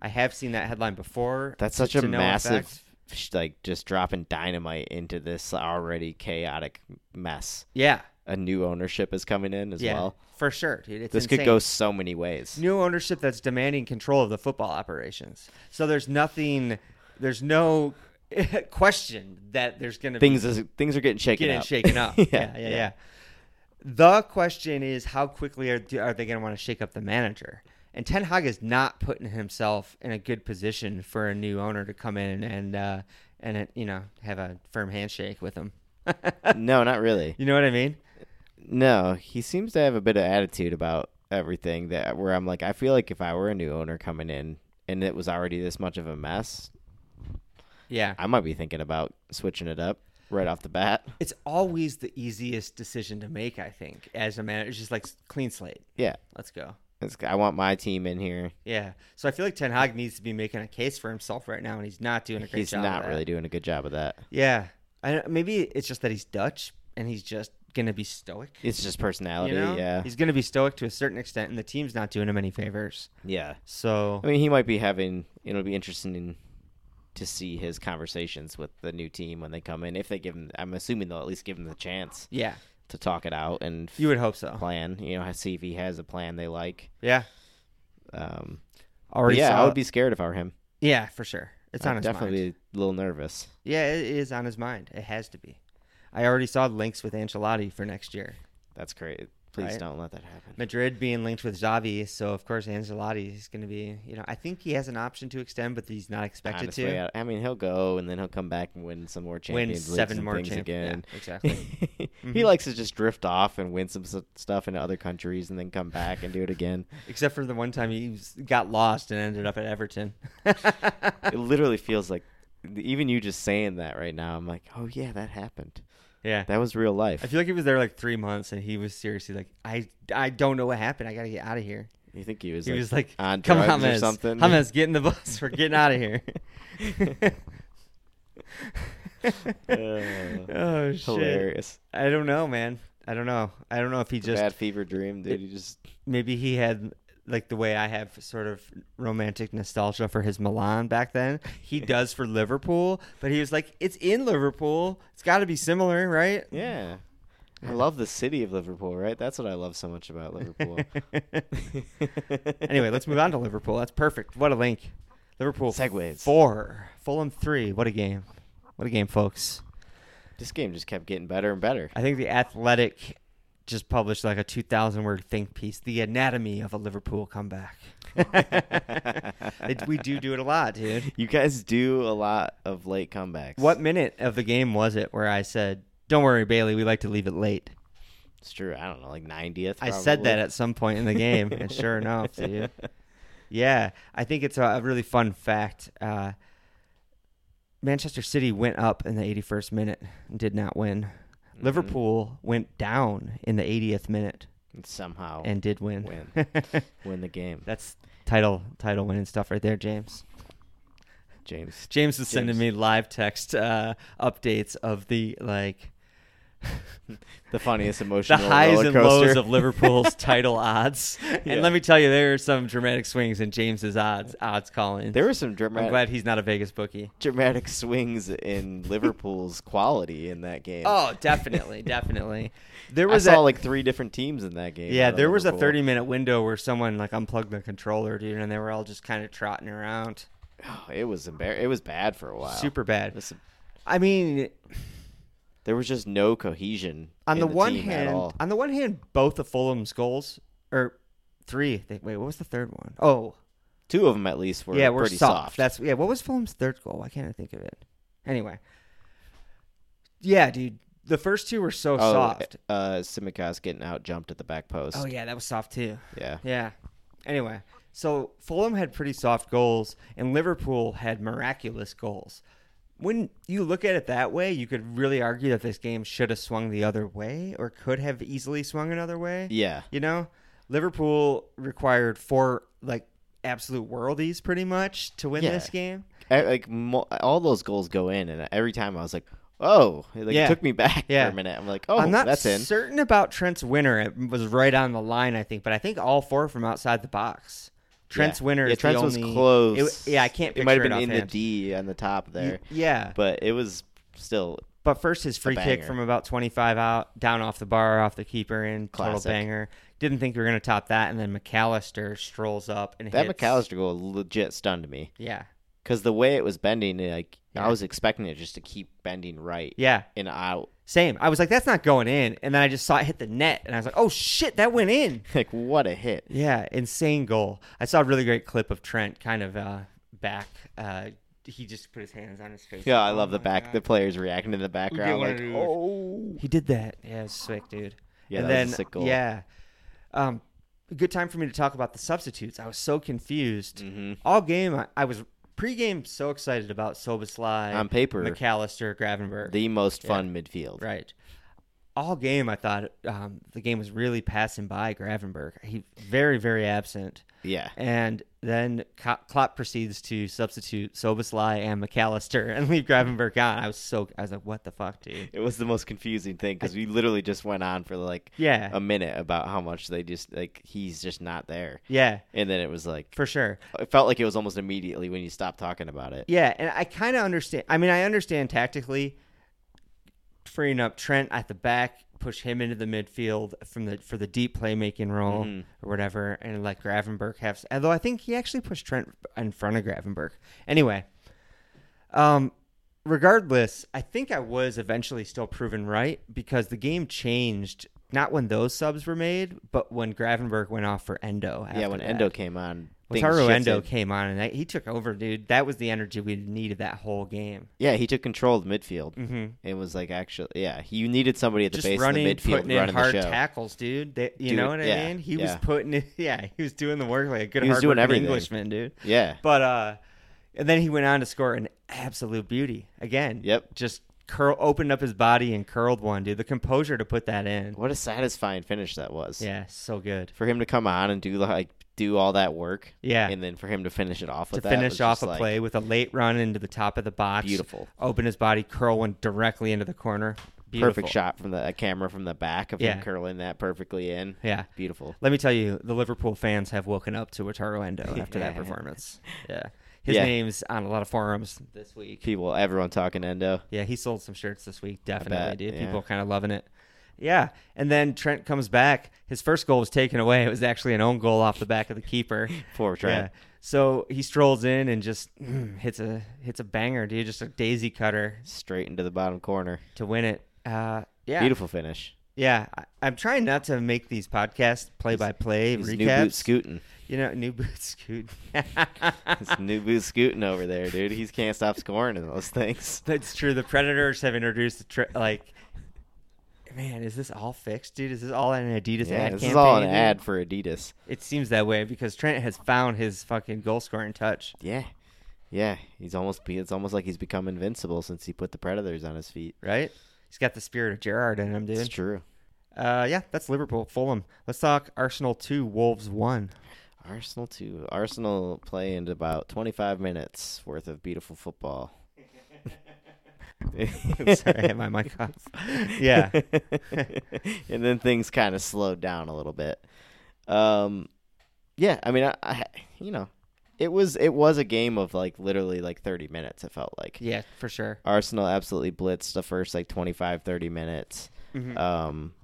Speaker 1: I have seen that headline before.
Speaker 3: That's
Speaker 1: to-
Speaker 3: such a
Speaker 1: to no
Speaker 3: massive,
Speaker 1: effect.
Speaker 3: sh- like just dropping dynamite into this already chaotic mess.
Speaker 1: Yeah.
Speaker 3: A new ownership is coming in as
Speaker 1: Yeah.
Speaker 3: well.
Speaker 1: For sure, dude. It's
Speaker 3: This could
Speaker 1: insane.
Speaker 3: go so many ways.
Speaker 1: New ownership that's demanding control of the football operations. So there's nothing, there's no question that there's going to be
Speaker 3: Things is, things are getting shaken
Speaker 1: getting
Speaker 3: up.
Speaker 1: shaken up. yeah, yeah, yeah, The question is, how quickly are, do- are they going to want to shake up the manager? And Ten Hag is not putting himself in a good position for a new owner to come in and uh, and uh, you know have a firm handshake with him.
Speaker 3: no, not really.
Speaker 1: You know what I mean?
Speaker 3: No, he seems to have a bit of attitude about everything that where I'm like, I feel like if I were a new owner coming in and it was already this much of a mess,
Speaker 1: Yeah.
Speaker 3: I might be thinking about switching it up right off the bat.
Speaker 1: It's always the easiest decision to make, I think, as a manager. It's just like clean slate.
Speaker 3: Yeah,
Speaker 1: Let's go.
Speaker 3: it's, I want my team in here.
Speaker 1: Yeah. So I feel like Ten Hag needs to be making a case for himself right now, and he's not doing a great
Speaker 3: He's
Speaker 1: job. of
Speaker 3: not
Speaker 1: that.
Speaker 3: really doing a good job of that.
Speaker 1: Yeah, I, maybe it's just that he's Dutch and he's just gonna be stoic.
Speaker 3: It's just personality.
Speaker 1: You know?
Speaker 3: Yeah.
Speaker 1: he's gonna be stoic to a certain extent, and the team's not doing him any favors.
Speaker 3: yeah.
Speaker 1: So
Speaker 3: I mean, he might be having, it'll be interesting to see his conversations with the new team when they come in. If they give him, I'm assuming they'll at least give him the chance
Speaker 1: yeah,
Speaker 3: to talk it out and
Speaker 1: you would hope so.
Speaker 3: plan, you know, see if he has a plan they like.
Speaker 1: Yeah,
Speaker 3: Um, but
Speaker 1: already.
Speaker 3: yeah, I
Speaker 1: saw-
Speaker 3: would be scared if I were him.
Speaker 1: Yeah, for sure. It's on
Speaker 3: I'd
Speaker 1: his
Speaker 3: definitely
Speaker 1: mind.
Speaker 3: be a little nervous.
Speaker 1: Yeah, it is on his mind. It has to be. I already saw links with Ancelotti for next year.
Speaker 3: That's great. Please
Speaker 1: Right.
Speaker 3: don't let that happen.
Speaker 1: Madrid being linked with Xavi, so of course Ancelotti is going to be. You know, I think he has an option to extend, but he's not expected
Speaker 3: Honestly,
Speaker 1: to
Speaker 3: I, I mean, he'll go and then he'll come back and win some more
Speaker 1: win
Speaker 3: Champions Leagues
Speaker 1: seven
Speaker 3: and
Speaker 1: more
Speaker 3: things
Speaker 1: champ- yeah, Mm-hmm.
Speaker 3: again.
Speaker 1: exactly.
Speaker 3: he likes to just drift off and win some s- stuff in other countries and then come back and do it again.
Speaker 1: Except for the one time he s- got lost and ended up at Everton.
Speaker 3: it literally feels like even you just saying that right now. I'm like, oh yeah, that happened.
Speaker 1: yeah.
Speaker 3: That was real life.
Speaker 1: I feel like he was there like three months, and he was seriously like, "I, I don't know what happened. I gotta get out of here."
Speaker 3: you think he was?
Speaker 1: He
Speaker 3: like,
Speaker 1: was like,
Speaker 3: on
Speaker 1: "Come,
Speaker 3: drugs
Speaker 1: Hamas,
Speaker 3: or something.
Speaker 1: Hamas, get in the bus. We're getting out of here."
Speaker 3: Uh,
Speaker 1: oh shit!
Speaker 3: Hilarious.
Speaker 1: I don't know, man. I don't know. I don't know if he just
Speaker 3: Bad fever dream, dude. He just
Speaker 1: maybe he had like the way I have sort of romantic nostalgia for his Milan back then. He does for Liverpool, but he was like, "It's in Liverpool. It's got to be similar, right?"
Speaker 3: yeah. I love the city of Liverpool, right? That's what I love so much about Liverpool.
Speaker 1: anyway, let's move on to Liverpool. That's perfect. What a link. Liverpool
Speaker 3: Segways.
Speaker 1: four, Fulham three. What a game. What a game, folks.
Speaker 3: This game just kept getting better and better.
Speaker 1: I think the Athletic just published like a 2,000 word think piece, The Anatomy of a Liverpool Comeback. It- we do do it a lot, dude.
Speaker 3: You guys do a lot of late comebacks.
Speaker 1: What minute of the game was it where I said, Don't worry, Bailey, we like to leave it late?
Speaker 3: It's true. I don't know, like 90th.
Speaker 1: I said that
Speaker 3: probably.
Speaker 1: at some point in the game, and sure enough, dude. Yeah, I think it's a, a really fun fact. Uh, Manchester City went up in the 81st minute and did not win.
Speaker 3: Mm-hmm.
Speaker 1: Liverpool went down in the 80th minute
Speaker 3: And somehow
Speaker 1: and did win.
Speaker 3: Oh, Win. win the game.
Speaker 1: That's title title winning stuff right there, James.
Speaker 3: James.
Speaker 1: James is sending me
Speaker 3: James.
Speaker 1: live text uh, updates of the like
Speaker 3: The funniest
Speaker 1: the
Speaker 3: emotional
Speaker 1: highs
Speaker 3: roller
Speaker 1: and lows
Speaker 3: coaster.
Speaker 1: of Liverpool's title odds.
Speaker 3: Yeah.
Speaker 1: And let me tell you, there are some dramatic swings in James's odds odds calling.
Speaker 3: There were some
Speaker 1: I'm
Speaker 3: dramatic,
Speaker 1: glad he's not a Vegas bookie.
Speaker 3: dramatic swings in Liverpool's quality in that game.
Speaker 1: Oh, definitely, definitely. There
Speaker 3: there
Speaker 1: was
Speaker 3: was I saw
Speaker 1: a,
Speaker 3: like three different teams in that game.
Speaker 1: yeah,
Speaker 3: out of
Speaker 1: there was a
Speaker 3: Liverpool.
Speaker 1: 30 minute window where someone like unplugged the controller, dude, and they were all just kind of trotting around.
Speaker 3: Oh, it was embar- It was bad for a while.
Speaker 1: Super bad.
Speaker 3: Listen,
Speaker 1: I mean,
Speaker 3: there was just no cohesion
Speaker 1: on
Speaker 3: in
Speaker 1: the, one
Speaker 3: team at
Speaker 1: hand,
Speaker 3: all.
Speaker 1: on the one hand, both of Fulham's goals or three. They, wait, what was the third one? Oh,
Speaker 3: two of them at least were
Speaker 1: yeah, we're
Speaker 3: pretty
Speaker 1: soft. That's yeah. What was Fulham's third goal? Why can't I think of it? Anyway, yeah, dude, the first two were so
Speaker 3: oh,
Speaker 1: soft.
Speaker 3: Uh, Simicast getting out jumped at the back post.
Speaker 1: Oh yeah, that was soft too.
Speaker 3: yeah.
Speaker 1: Yeah. Anyway, so Fulham had pretty soft goals, and Liverpool had miraculous goals. When you look at it that way, you could really argue that this game should have swung the other way or could have easily swung another way.
Speaker 3: Yeah.
Speaker 1: You know, Liverpool required four, like, absolute worldies pretty much to win
Speaker 3: Yeah.
Speaker 1: this game.
Speaker 3: I, like mo- all those goals go in, and every time I was like, "Oh!" It like,
Speaker 1: Yeah.
Speaker 3: took me back
Speaker 1: Yeah.
Speaker 3: for a minute. I'm like, "Oh,
Speaker 1: I'm not
Speaker 3: that's in."
Speaker 1: certain about Trent's winner. It was right on the line, I think, but I think all four from outside the box. Trent's
Speaker 3: yeah.
Speaker 1: winner
Speaker 3: Yeah,
Speaker 1: is
Speaker 3: Trent's
Speaker 1: the
Speaker 3: was
Speaker 1: only-
Speaker 3: close.
Speaker 1: It, yeah, I can't.
Speaker 3: It might have
Speaker 1: picture
Speaker 3: been in
Speaker 1: offhand.
Speaker 3: the D on the top there,
Speaker 1: Yeah,
Speaker 3: but it was still
Speaker 1: But first, his free kick
Speaker 3: banger.
Speaker 1: from about 25 out, down off the bar, off the keeper, in total
Speaker 3: Classic.
Speaker 1: banger. Didn't think we were going to top that. And then McAllister strolls up and
Speaker 3: that
Speaker 1: hits.
Speaker 3: McAllister goal legit stunned me
Speaker 1: Yeah.
Speaker 3: because the way it was bending, it, like
Speaker 1: Yeah.
Speaker 3: I was expecting it just to keep bending right
Speaker 1: Yeah.
Speaker 3: and out.
Speaker 1: Same. I was like, that's not going in. And then I just saw it hit the net. And I was like, oh, shit, that went in.
Speaker 3: Like what a hit!
Speaker 1: Yeah. Insane goal. I saw a really great clip of Trent kind of uh, back. Uh, he just put his hands on his face.
Speaker 3: Yeah, I
Speaker 1: Oh
Speaker 3: love the
Speaker 1: my
Speaker 3: back,
Speaker 1: God.
Speaker 3: the players reacting in the
Speaker 1: get
Speaker 3: background,
Speaker 1: one
Speaker 3: like,
Speaker 1: of those.
Speaker 3: "Oh."
Speaker 1: He did that. Yeah, it's sick, dude.
Speaker 3: Yeah,
Speaker 1: and
Speaker 3: that
Speaker 1: then
Speaker 3: was a sick goal.
Speaker 1: yeah, um, a good time for me to talk about the substitutes. I was so confused
Speaker 3: Mhm.
Speaker 1: all game. I, I was pregame so excited about Soboslai
Speaker 3: On paper,
Speaker 1: McAllister, Gravenberg,
Speaker 3: the most fun midfield.
Speaker 1: right. All game, I thought um, the game was really passing by Gravenberg. He very, very absent.
Speaker 3: Yeah,
Speaker 1: And then Co- Klopp proceeds to substitute Soboslai and McAllister and leave Gravenberg on. I was so I was like, what the fuck, dude?
Speaker 3: It was the most confusing thing because we literally just went on for like
Speaker 1: Yeah,
Speaker 3: a minute about how much they just like he's just not there,
Speaker 1: yeah,
Speaker 3: and then it was like
Speaker 1: for sure.
Speaker 3: it felt like it was almost immediately when you stopped talking about it.
Speaker 1: Yeah, and I kind of understand. I mean, I understand tactically freeing up Trent at the back, push him into the midfield from the for the deep playmaking role
Speaker 3: Mm-hmm.
Speaker 1: or whatever, and let Gravenberg have. s- Although I think he actually pushed Trent in front of Gravenberg. Anyway, um, regardless, I think I was eventually still proven right because the game changed not when those subs were made, but when Gravenberg went off for Endo.
Speaker 3: yeah, when
Speaker 1: after
Speaker 3: Endo
Speaker 1: that.
Speaker 3: came on, things
Speaker 1: Wataru Endo
Speaker 3: shifted.
Speaker 1: came on and that, he took over, dude. That was the energy we needed that whole game.
Speaker 3: Yeah, he took control of the midfield.
Speaker 1: Mm-hmm.
Speaker 3: It was like actually, yeah, you needed somebody at the
Speaker 1: Just
Speaker 3: base
Speaker 1: running,
Speaker 3: in the midfield
Speaker 1: putting in
Speaker 3: running
Speaker 1: hard
Speaker 3: the show.
Speaker 1: tackles, dude. That- you
Speaker 3: Dude,
Speaker 1: know what I
Speaker 3: yeah,
Speaker 1: mean? He was
Speaker 3: yeah.
Speaker 1: putting, in, yeah, he was doing the work like a good
Speaker 3: He was doing
Speaker 1: hard
Speaker 3: everything.
Speaker 1: Englishman, dude.
Speaker 3: Yeah,
Speaker 1: But uh, and then he went on to score an absolute beauty again.
Speaker 3: Yep.
Speaker 1: Just curl, opened up his body and curled one, dude. The composure to put that in.
Speaker 3: what a satisfying finish that was.
Speaker 1: Yeah, so good.
Speaker 3: for him to come on and do like do all that work,
Speaker 1: Yeah.
Speaker 3: and then for him to finish it off
Speaker 1: to
Speaker 3: with that
Speaker 1: finish
Speaker 3: was
Speaker 1: off
Speaker 3: just,
Speaker 1: a
Speaker 3: like,
Speaker 1: play with a late run into the top of the box.
Speaker 3: Beautiful.
Speaker 1: Open his body, curl one directly into the corner. Beautiful.
Speaker 3: perfect shot from the a camera from the back of
Speaker 1: Yeah.
Speaker 3: him curling that perfectly in.
Speaker 1: Yeah.
Speaker 3: Beautiful.
Speaker 1: Let me tell you, the Liverpool fans have woken up to Wataru Endo after that
Speaker 3: Yeah.
Speaker 1: performance. Yeah. His
Speaker 3: Yeah.
Speaker 1: name's on a lot of forums this week.
Speaker 3: People, everyone talking Endo.
Speaker 1: Yeah, he sold some shirts this week.
Speaker 3: bet,
Speaker 1: Definitely, dude.
Speaker 3: yeah.
Speaker 1: People kind of loving it. Yeah. And then Trent comes back. His first goal was taken away. It was actually an own goal off the back of the keeper.
Speaker 3: Poor Trent.
Speaker 1: So he strolls in and just mm, hits a hits a banger, dude. Just a daisy cutter
Speaker 3: Straight into the bottom corner.
Speaker 1: to win it. Uh, yeah,
Speaker 3: Beautiful finish.
Speaker 1: Yeah, I, I'm trying not to make these podcasts play by play
Speaker 3: He's new boot
Speaker 1: recaps.
Speaker 3: scooting.
Speaker 1: You know, new boot scoot.
Speaker 3: It's new boot scooting over there, dude. He can't stop scoring in those things.
Speaker 1: That's true. The Predators have introduced the tri- like. Man, is this all fixed, dude? Is this all an Adidas
Speaker 3: Yeah,
Speaker 1: ad
Speaker 3: this
Speaker 1: campaign?
Speaker 3: is all an
Speaker 1: dude?
Speaker 3: ad for Adidas.
Speaker 1: It seems that way because Trent has found his fucking goal scoring touch.
Speaker 3: Yeah, yeah. He's almost. Be, it's almost like he's become invincible since he put the Predators on his feet.
Speaker 1: Right? He's got the spirit of Gerrard in him,
Speaker 3: It's
Speaker 1: dude.
Speaker 3: true.
Speaker 1: Uh, yeah, that's Liverpool, Fulham. Let's talk Arsenal two, Wolves one.
Speaker 3: Arsenal too. Arsenal play in about 25 minutes worth of beautiful football.
Speaker 1: Sorry, I had my mic off. Yeah.
Speaker 3: and then things kind of slowed down a little bit. Um, yeah, I mean, I, I, you know, it was it was a game of like literally like 30 minutes. It felt like
Speaker 1: Yeah, for sure.
Speaker 3: Arsenal absolutely blitzed the first like 25, 30 minutes.
Speaker 1: Mhm.
Speaker 3: Um,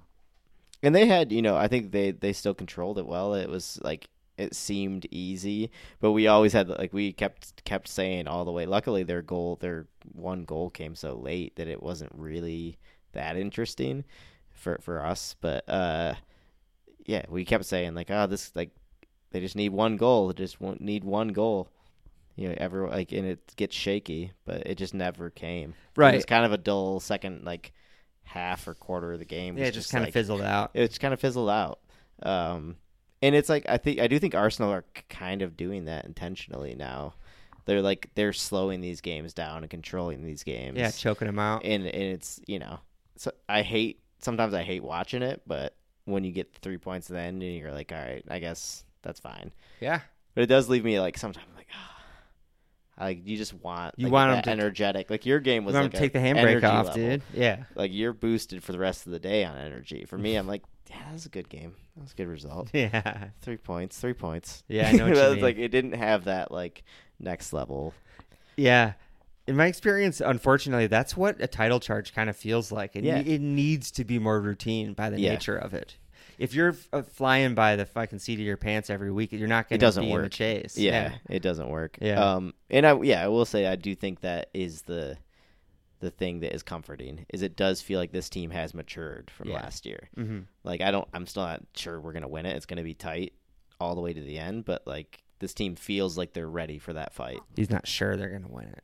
Speaker 3: and they had, you know, I think they they still controlled it well. It was like it seemed easy, but we always had like we kept kept saying all the way. Luckily, their goal, their one goal came so late that it wasn't really that interesting for for us. But uh, yeah, we kept saying like, oh, this like they just need one goal. They just won't need one goal. You know, ever like, and it gets shaky, but it just never came. It was
Speaker 1: Right.
Speaker 3: kind of a dull second like half or quarter of the game.
Speaker 1: Yeah,
Speaker 3: was
Speaker 1: it just kind
Speaker 3: like-
Speaker 1: of fizzled out.
Speaker 3: It's kind of fizzled out. Um, and it's like I think I do think Arsenal are k- kind of doing that intentionally now. They're like they're slowing these games down and controlling these games.
Speaker 1: Yeah, choking him out.
Speaker 3: and and it's you know, so I hate sometimes I hate watching it, but when you get three points at the end and you're like, all right, I guess that's fine.
Speaker 1: Yeah.
Speaker 3: But it does leave me like sometimes like. ah. Like you just want
Speaker 1: You
Speaker 3: like,
Speaker 1: want 'em
Speaker 3: that
Speaker 1: to-
Speaker 3: energetic like your game was
Speaker 1: You want
Speaker 3: like
Speaker 1: him to
Speaker 3: a
Speaker 1: take the handbrake
Speaker 3: energy
Speaker 1: off,
Speaker 3: level
Speaker 1: dude. Yeah.
Speaker 3: like you're boosted for the rest of the day on energy. For me, I'm like, yeah, that was a good game. That was a good result.
Speaker 1: Yeah.
Speaker 3: Three points, three points.
Speaker 1: Yeah, I know what you
Speaker 3: That was
Speaker 1: mean.
Speaker 3: like it didn't have that like next level.
Speaker 1: Yeah. In my experience, unfortunately, that's what a title charge kind of feels like. It,
Speaker 3: Yeah.
Speaker 1: it needs to be more routine by the
Speaker 3: Yeah.
Speaker 1: nature of it. If you're uh, flying by the fucking seat of your pants every week, you're not going
Speaker 3: It
Speaker 1: to
Speaker 3: doesn't
Speaker 1: be in the
Speaker 3: work.
Speaker 1: chase.
Speaker 3: Yeah, it doesn't work.
Speaker 1: Yeah.
Speaker 3: Um, and I yeah, I will say I do think that is the the thing that is comforting is it does feel like this team has matured from
Speaker 1: Yeah.
Speaker 3: last year.
Speaker 1: Mhm.
Speaker 3: Like I don't, I'm still not sure we're gonna win it. It's gonna be tight all the way to the end, but like this team feels like they're ready for that fight.
Speaker 1: He's not sure they're going to win it.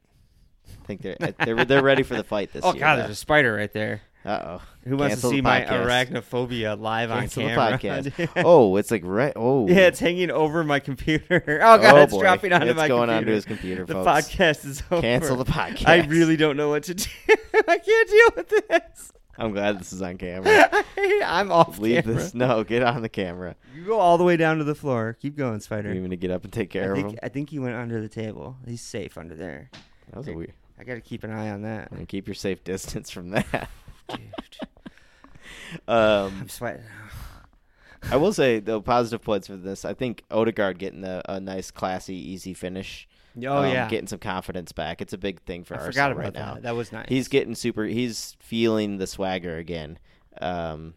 Speaker 3: I think they're they're they're ready for the fight this
Speaker 1: Oh,
Speaker 3: year.
Speaker 1: God,
Speaker 3: though.
Speaker 1: there's a spider right there.
Speaker 3: Uh oh.
Speaker 1: Who wants to see my arachnophobia live
Speaker 3: Cancel
Speaker 1: on
Speaker 3: the
Speaker 1: camera?
Speaker 3: podcast.
Speaker 1: dude?
Speaker 3: oh, it's like right. Oh,
Speaker 1: Yeah, it's hanging over my computer. Oh god,
Speaker 3: Oh,
Speaker 1: it's
Speaker 3: boy.
Speaker 1: dropping onto
Speaker 3: It's
Speaker 1: my
Speaker 3: going
Speaker 1: computer.
Speaker 3: onto his computer,
Speaker 1: The
Speaker 3: folks.
Speaker 1: podcast is over.
Speaker 3: Cancel the podcast.
Speaker 1: I really don't know what to do. I can't deal with this.
Speaker 3: I'm glad this is on camera.
Speaker 1: I'm off
Speaker 3: Leave
Speaker 1: camera.
Speaker 3: this. No, get on the camera.
Speaker 1: You go all the way down to the floor. Keep going, Spider.
Speaker 3: You want to get up and
Speaker 1: I
Speaker 3: take care of
Speaker 1: think,
Speaker 3: him?
Speaker 1: I think he went under the table. He's safe under there.
Speaker 3: That was a weird.
Speaker 1: I got to keep an eye on that.
Speaker 3: And keep your safe distance from that.
Speaker 1: Dude,
Speaker 3: Um,
Speaker 1: I'm Oh, sweating.
Speaker 3: I will say though, positive points for this. I think Odegaard getting a, a nice, classy, easy finish.
Speaker 1: Oh,
Speaker 3: um,
Speaker 1: yeah.
Speaker 3: getting some confidence back. It's a big thing for
Speaker 1: I
Speaker 3: Arsenal
Speaker 1: forgot about
Speaker 3: right
Speaker 1: that.
Speaker 3: now.
Speaker 1: That was nice.
Speaker 3: He's getting super. He's feeling the swagger again. Um,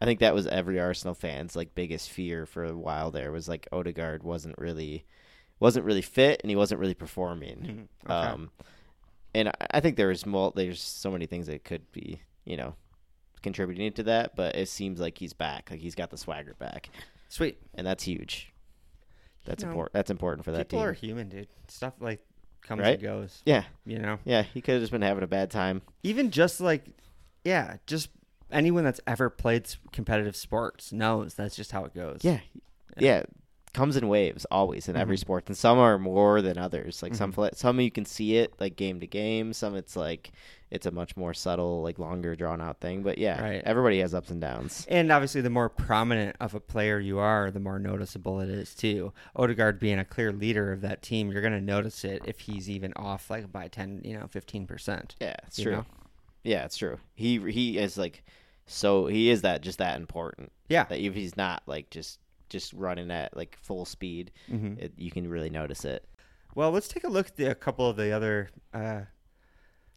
Speaker 3: I think that was every Arsenal fan's like biggest fear for a while. There was like Odegaard wasn't really, wasn't really fit, and he wasn't really performing.
Speaker 1: Mm-hmm. Okay.
Speaker 3: Um, and I, I think there was mul- There's so many things that could be, you know, contributing to that, but it seems like he's back. Like he's got the swagger back,
Speaker 1: Sweet.
Speaker 3: and that's huge. That's
Speaker 1: know,
Speaker 3: important. That's important for that
Speaker 1: People
Speaker 3: team.
Speaker 1: are human, dude. Stuff like comes
Speaker 3: Right?
Speaker 1: and goes.
Speaker 3: yeah,
Speaker 1: You know,
Speaker 3: yeah. He could have just been having a bad time.
Speaker 1: even just like, yeah, just anyone that's ever played s- competitive sports knows that's just how it goes.
Speaker 3: Yeah, yeah. it Comes in waves always in
Speaker 1: Mm-hmm.
Speaker 3: every sport, and some are more than others. Like some, fl- some you can see it like game to game. Some it's like it's a much more subtle, like longer drawn out thing. But yeah,
Speaker 1: Right.
Speaker 3: everybody has ups and downs.
Speaker 1: And obviously, the more prominent of a player you are, the more noticeable it is too. Odegaard being a clear leader of that team, you're going to notice it if he's even off like by 10, you know, 15%.
Speaker 3: Yeah, it's
Speaker 1: You
Speaker 3: true.
Speaker 1: know?
Speaker 3: Yeah, it's true. He he is like so he is that just that important.
Speaker 1: Yeah.
Speaker 3: That if he's not like just just running at like full speed,
Speaker 1: Mm-hmm.
Speaker 3: it, you can really notice it.
Speaker 1: Well, let's take a look at the, a couple of the other uh,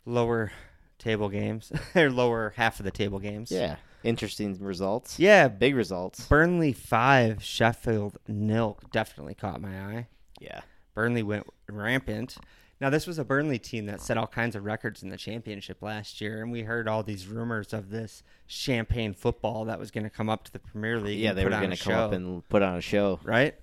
Speaker 1: lower table games, or lower half of the table games.
Speaker 3: Yeah. Interesting results.
Speaker 1: Yeah.
Speaker 3: Big results.
Speaker 1: Burnley 5, Sheffield nil definitely caught my eye.
Speaker 3: Yeah.
Speaker 1: Burnley went rampant. Now, this was a Burnley team that set all kinds of records in the championship last year, and we heard all these rumors of this champagne football that was going to come up to the Premier League.
Speaker 3: Yeah,
Speaker 1: and
Speaker 3: they
Speaker 1: put
Speaker 3: were
Speaker 1: on a
Speaker 3: going to come up
Speaker 1: show,
Speaker 3: and put on a show.
Speaker 1: right.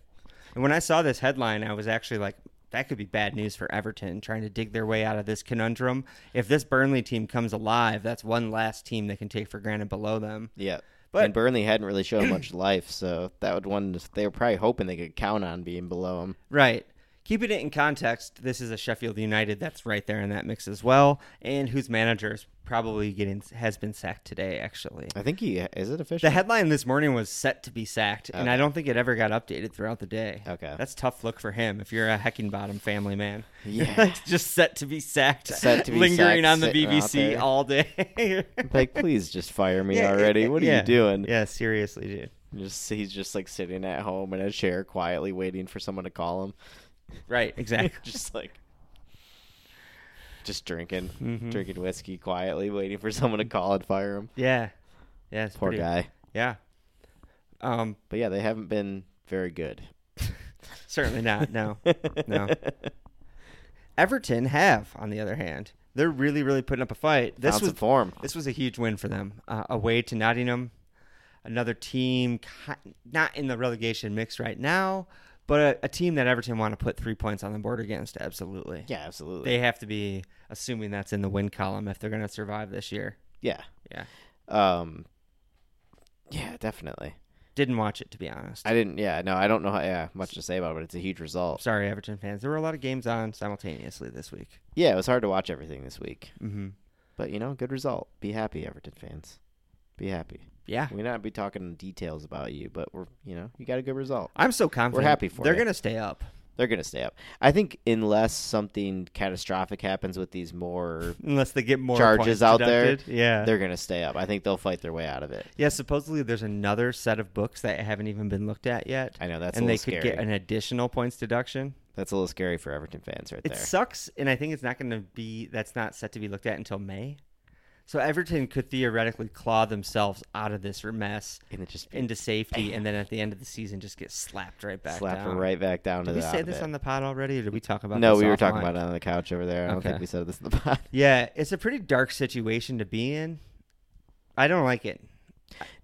Speaker 1: And when I saw this headline, I was actually like, "That could be bad news for Everton trying to dig their way out of this conundrum. If this Burnley team comes alive, that's one last team they can take for granted below them."
Speaker 3: Yeah.
Speaker 1: But-
Speaker 3: and Burnley hadn't really shown much life, so that would one they were probably hoping they could count on being below him.
Speaker 1: Right. Keeping it in context, this is a Sheffield United that's right there in that mix as well, and whose manager is probably getting has been sacked today. Actually,
Speaker 3: I think he is it official.
Speaker 1: the headline this morning was set to be sacked, and I don't think it ever got updated throughout the day.
Speaker 3: Okay.
Speaker 1: that's tough look for him if you're a Heckingbottom family man.
Speaker 3: Yeah.
Speaker 1: just set to be sacked,
Speaker 3: Set to be
Speaker 1: lingering
Speaker 3: sacked,
Speaker 1: on the
Speaker 3: sitting out
Speaker 1: BBC
Speaker 3: there.
Speaker 1: all day.
Speaker 3: like, please just fire me
Speaker 1: Yeah,
Speaker 3: already. What are
Speaker 1: yeah.
Speaker 3: you doing?
Speaker 1: Yeah, seriously, dude.
Speaker 3: Just he's just like sitting at home in a chair quietly waiting for someone to call him.
Speaker 1: Right, exactly.
Speaker 3: just like just drinking,
Speaker 1: Mm-hmm.
Speaker 3: drinking whiskey quietly, waiting for someone to call and fire him.
Speaker 1: yeah, yeah. It's
Speaker 3: Poor
Speaker 1: Mm-hmm. pretty-
Speaker 3: guy.
Speaker 1: Yeah. Um,
Speaker 3: But yeah, they haven't been very good.
Speaker 1: Certainly not. No, no. Everton have, on the other hand, they're really, really putting up a fight. This
Speaker 3: Found
Speaker 1: was
Speaker 3: some form.
Speaker 1: this was a huge win for them. Uh, away to Nottingham, another team ki- not in the relegation mix right now, but a, a team that Everton want to put three points on the board against. Absolutely,
Speaker 3: Yeah, absolutely.
Speaker 1: they have to be assuming that's in the win column if they're going to survive this year.
Speaker 3: yeah.
Speaker 1: Yeah,
Speaker 3: Um Yeah, definitely.
Speaker 1: didn't watch it to be honest.
Speaker 3: I didn't yeah, no, I don't know how, yeah, much to say about it, but it's a huge result.
Speaker 1: Sorry, Everton fans. There were a lot of games on simultaneously this week.
Speaker 3: Yeah, it was hard to watch everything this week.
Speaker 1: hmm
Speaker 3: But you know, good result. Be happy, Everton fans. Be happy.
Speaker 1: Yeah,
Speaker 3: We not be talking details about you, but we're you know, you got a good result.
Speaker 1: I'm so confident.
Speaker 3: happy for
Speaker 1: They're
Speaker 3: you.
Speaker 1: going to stay up.
Speaker 3: They're gonna stay up. I think unless something catastrophic happens with these more
Speaker 1: unless they get more
Speaker 3: charges
Speaker 1: points
Speaker 3: out
Speaker 1: deducted.
Speaker 3: there,
Speaker 1: Yeah,
Speaker 3: they're gonna stay up. I think they'll fight their way out of it.
Speaker 1: yeah. Supposedly, there's another set of books that haven't even been looked at yet.
Speaker 3: I know, that's a
Speaker 1: and they
Speaker 3: little
Speaker 1: could get
Speaker 3: scary.
Speaker 1: an additional points deduction.
Speaker 3: That's a little scary for Everton fans right
Speaker 1: It
Speaker 3: there.
Speaker 1: sucks, and I think it's not going to be. That's not set to be looked at until May. So Everton could theoretically claw themselves out of this mess
Speaker 3: and it just be
Speaker 1: into safety, and then at the end of the season, just get slapped right back.
Speaker 3: slap
Speaker 1: down.
Speaker 3: them right back down
Speaker 1: Did
Speaker 3: to
Speaker 1: we
Speaker 3: the
Speaker 1: say
Speaker 3: out of
Speaker 1: this
Speaker 3: it.
Speaker 1: on the pod already, or did we talk about?
Speaker 3: No,
Speaker 1: this
Speaker 3: we were talking
Speaker 1: offline?
Speaker 3: about it on the couch over there. I don't
Speaker 1: Okay.
Speaker 3: think we said this in the pod.
Speaker 1: Yeah, it's a pretty dark situation to be in. I don't like it.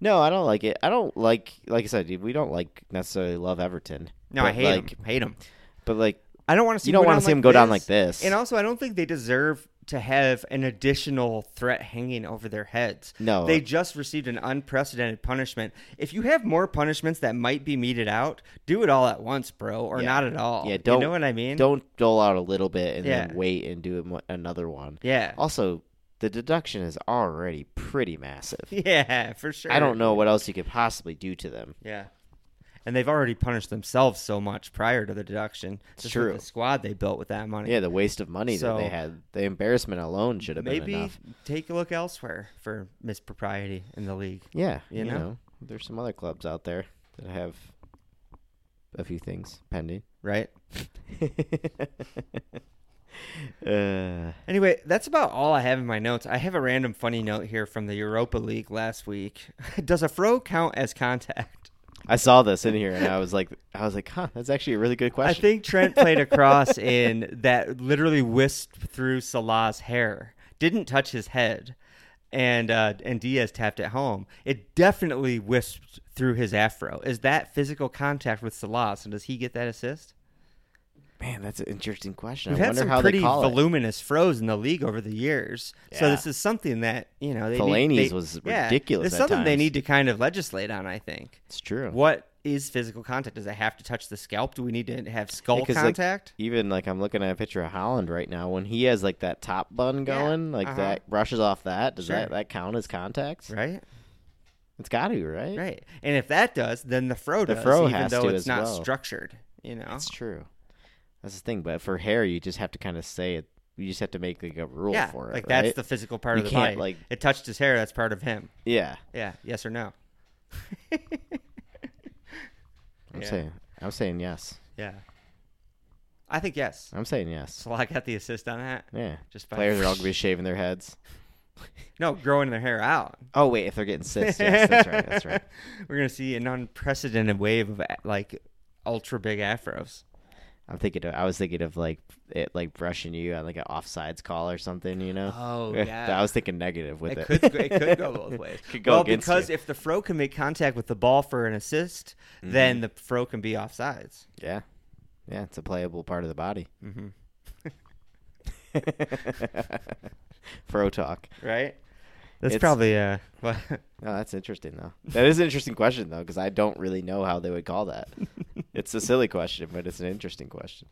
Speaker 3: No, I don't like it. I don't like like I said, dude, we don't like necessarily love Everton.
Speaker 1: No, I
Speaker 3: But,
Speaker 1: hate
Speaker 3: like,
Speaker 1: them. Hate them.
Speaker 3: But like
Speaker 1: I don't want to see.
Speaker 3: You don't
Speaker 1: go
Speaker 3: wanna
Speaker 1: down
Speaker 3: see 'em go down like this.
Speaker 1: And also, I don't think they deserve to have an additional threat hanging over their heads.
Speaker 3: No.
Speaker 1: they just received an unprecedented punishment. If you have more punishments that might be meted out, do it all at once, bro, or
Speaker 3: Yeah.
Speaker 1: not at all.
Speaker 3: Yeah, don't
Speaker 1: you know what I mean?
Speaker 3: Don't dole out a little bit and
Speaker 1: Yeah.
Speaker 3: then wait and do mo- another one.
Speaker 1: Yeah,
Speaker 3: Also, the deduction is already pretty massive.
Speaker 1: yeah, for sure.
Speaker 3: I don't know what else you could possibly do to them.
Speaker 1: Yeah. And they've already punished themselves so much prior to the deduction. Just with
Speaker 3: true.
Speaker 1: the squad they built with that money.
Speaker 3: Yeah, the waste of money that
Speaker 1: So-
Speaker 3: they had, the embarrassment alone should have
Speaker 1: Maybe
Speaker 3: been enough.
Speaker 1: take a look elsewhere for mispropriety in the league.
Speaker 3: Yeah,
Speaker 1: you
Speaker 3: you,
Speaker 1: know?
Speaker 3: know? there's some other clubs out there that have a few things pending.
Speaker 1: Right?
Speaker 3: uh,
Speaker 1: Anyway, that's about all I have in my notes. I have a random funny note here from the Europa League last week. Does a fro count as contact?
Speaker 3: I saw this in here and I was like, I was like, huh, that's actually a really good
Speaker 1: I
Speaker 3: question.
Speaker 1: think Trent played a cross in that literally whisked through Salah's hair. Didn't touch his head. and uh, and Diaz tapped at home. It definitely whisked through his afro. Is that physical contact with Salas, and does he get that assist?
Speaker 3: Man, that's an interesting question.
Speaker 1: We've
Speaker 3: I
Speaker 1: had
Speaker 3: wonder
Speaker 1: some
Speaker 3: how
Speaker 1: pretty
Speaker 3: they call it.
Speaker 1: voluminous throws in the league over the years, so
Speaker 3: Yeah.
Speaker 1: this is something that you know they need,
Speaker 3: Fellaini's
Speaker 1: they,
Speaker 3: was
Speaker 1: yeah,
Speaker 3: ridiculous
Speaker 1: It's
Speaker 3: at
Speaker 1: something they
Speaker 3: times.
Speaker 1: need to kind of legislate on. I think.
Speaker 3: It's true.
Speaker 1: What is physical contact? Does it have to touch the scalp? Do we need to have skull
Speaker 3: 'cause, like,
Speaker 1: contact?
Speaker 3: even like I'm looking at a picture of Holland right now. When he has like that top bun
Speaker 1: Yeah,
Speaker 3: going, like
Speaker 1: uh-huh.
Speaker 3: that brushes off that. Does
Speaker 1: Sure.
Speaker 3: that that count as contacts?
Speaker 1: right,
Speaker 3: It's got to be right.
Speaker 1: right. And if that does, then the fro
Speaker 3: The
Speaker 1: does,
Speaker 3: fro
Speaker 1: even
Speaker 3: has
Speaker 1: though
Speaker 3: to
Speaker 1: it's
Speaker 3: as
Speaker 1: not
Speaker 3: well.
Speaker 1: structured. You know,
Speaker 3: That's true. That's the thing. But for hair, you just have to kind of say it. You just have to make like a rule
Speaker 1: yeah,
Speaker 3: for it.
Speaker 1: like
Speaker 3: right?
Speaker 1: that's the physical part
Speaker 3: You
Speaker 1: of the
Speaker 3: can't,
Speaker 1: body.
Speaker 3: like-
Speaker 1: it touched his hair. That's part of him.
Speaker 3: yeah.
Speaker 1: Yeah. Yes or no?
Speaker 3: I'm
Speaker 1: Yeah.
Speaker 3: saying I'm saying yes.
Speaker 1: Yeah. I think yes.
Speaker 3: I'm saying yes.
Speaker 1: So I got the assist on that.
Speaker 3: Yeah.
Speaker 1: Just by-
Speaker 3: Players are all gonna be shaving their heads.
Speaker 1: No, growing their hair out.
Speaker 3: Oh wait, if they're getting cysts, yes, that's right. That's right.
Speaker 1: We're gonna see an unprecedented wave of like ultra big afros.
Speaker 3: I'm thinking. Of, I was thinking of like it, like brushing you on like an offsides call or something. You know.
Speaker 1: Oh,
Speaker 3: I was thinking negative with
Speaker 1: It
Speaker 3: it.
Speaker 1: could it could go both ways.
Speaker 3: Could go
Speaker 1: well,
Speaker 3: against
Speaker 1: because
Speaker 3: you. Mm-hmm.
Speaker 1: if the fro can make contact with the ball for an assist, then the fro can be offsides.
Speaker 3: yeah, yeah, it's a playable part of the body.
Speaker 1: Mm-hmm.
Speaker 3: Fro talk.
Speaker 1: Right. That's
Speaker 3: It's-
Speaker 1: probably uh. Well,
Speaker 3: No, that's interesting though. That is an interesting question though, because I don't really know how they would call that. it's a silly question, but it's an interesting question.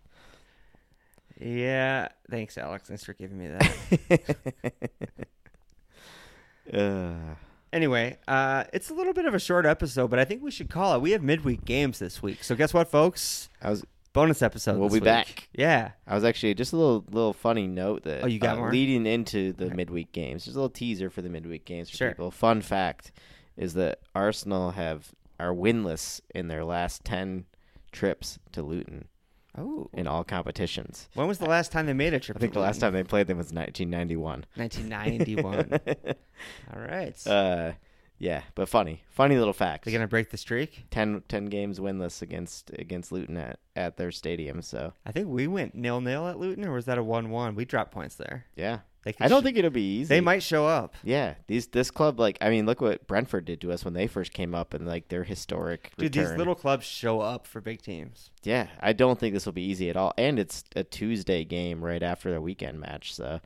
Speaker 1: yeah. Thanks, Alex. Thanks for giving me that.
Speaker 3: uh,
Speaker 1: Anyway, uh, it's a little bit of a short episode, but I think we should call it. We have midweek games this week, so guess what, folks?
Speaker 3: I was
Speaker 1: Bonus episode.
Speaker 3: We'll
Speaker 1: this
Speaker 3: be
Speaker 1: week.
Speaker 3: back.
Speaker 1: Yeah,
Speaker 3: I was actually just a little little funny note that
Speaker 1: Oh, you got
Speaker 3: uh,
Speaker 1: more?
Speaker 3: leading into the midweek games. Just a little teaser for the midweek games for
Speaker 1: Sure.
Speaker 3: people. Fun fact is that Arsenal have are winless in their last ten trips to Luton
Speaker 1: Oh,
Speaker 3: in all competitions.
Speaker 1: when was the last time they made a trip?
Speaker 3: I think the last time they played them was 1991.
Speaker 1: 1991. All right,
Speaker 3: Uh, yeah, but funny, funny little fact.
Speaker 1: they're gonna break the streak.
Speaker 3: 10, 10 games winless against against Luton at, at their stadium. So
Speaker 1: I think we went nil nil at Luton, or was that a one one? We dropped points there.
Speaker 3: yeah,
Speaker 1: They
Speaker 3: I don't
Speaker 1: sh-
Speaker 3: think it'll be easy.
Speaker 1: they might show up.
Speaker 3: Yeah, these this club like I mean look what Brentford did to us when they first came up and like their historic
Speaker 1: Dude,
Speaker 3: return.
Speaker 1: these little clubs show up for big teams.
Speaker 3: yeah, I don't think this will be easy at all. And it's a Tuesday game right after the weekend match, so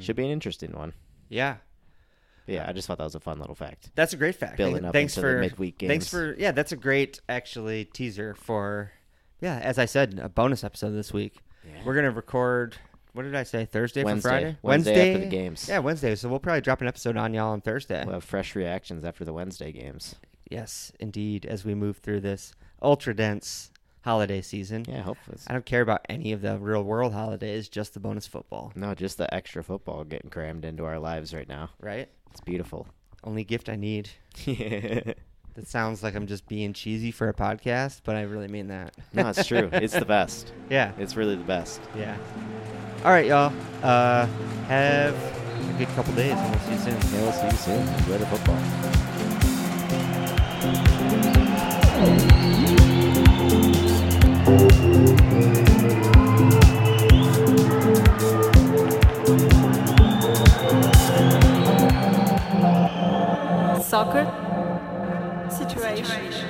Speaker 3: should be an interesting one.
Speaker 1: Hmm. Yeah,
Speaker 3: Yeah, I just thought that was a fun little fact.
Speaker 1: That's a great fact.
Speaker 3: Building up
Speaker 1: thanks
Speaker 3: into
Speaker 1: for
Speaker 3: the midweek
Speaker 1: Thanks
Speaker 3: games.
Speaker 1: for yeah. That's a great actually teaser for yeah. As I said, a bonus episode this week. We're gonna record. What did I say? Thursday
Speaker 3: Wednesday.
Speaker 1: for Friday.
Speaker 3: Wednesday after the games.
Speaker 1: Yeah, Wednesday. So we'll probably drop an episode on y'all on Thursday.
Speaker 3: We'll have fresh reactions after the Wednesday games.
Speaker 1: yes, indeed. As we move through this ultra dense holiday season,
Speaker 3: Yeah, hopefully. it's-
Speaker 1: I don't care about any of the real world holidays. Just the bonus football,
Speaker 3: No, just the extra football getting crammed into our lives right now.
Speaker 1: right?
Speaker 3: It's beautiful.
Speaker 1: Only gift I need.
Speaker 3: no,
Speaker 1: That sounds like I'm just being cheesy for a podcast, but I really mean that.
Speaker 3: it's true. It's the best.
Speaker 1: yeah.
Speaker 3: It's really the best.
Speaker 1: Yeah. All right, y'all. Uh, have a good couple days, and we'll see you soon.
Speaker 3: Yeah, we'll see you soon. Enjoy the football.
Speaker 2: Soccer situation.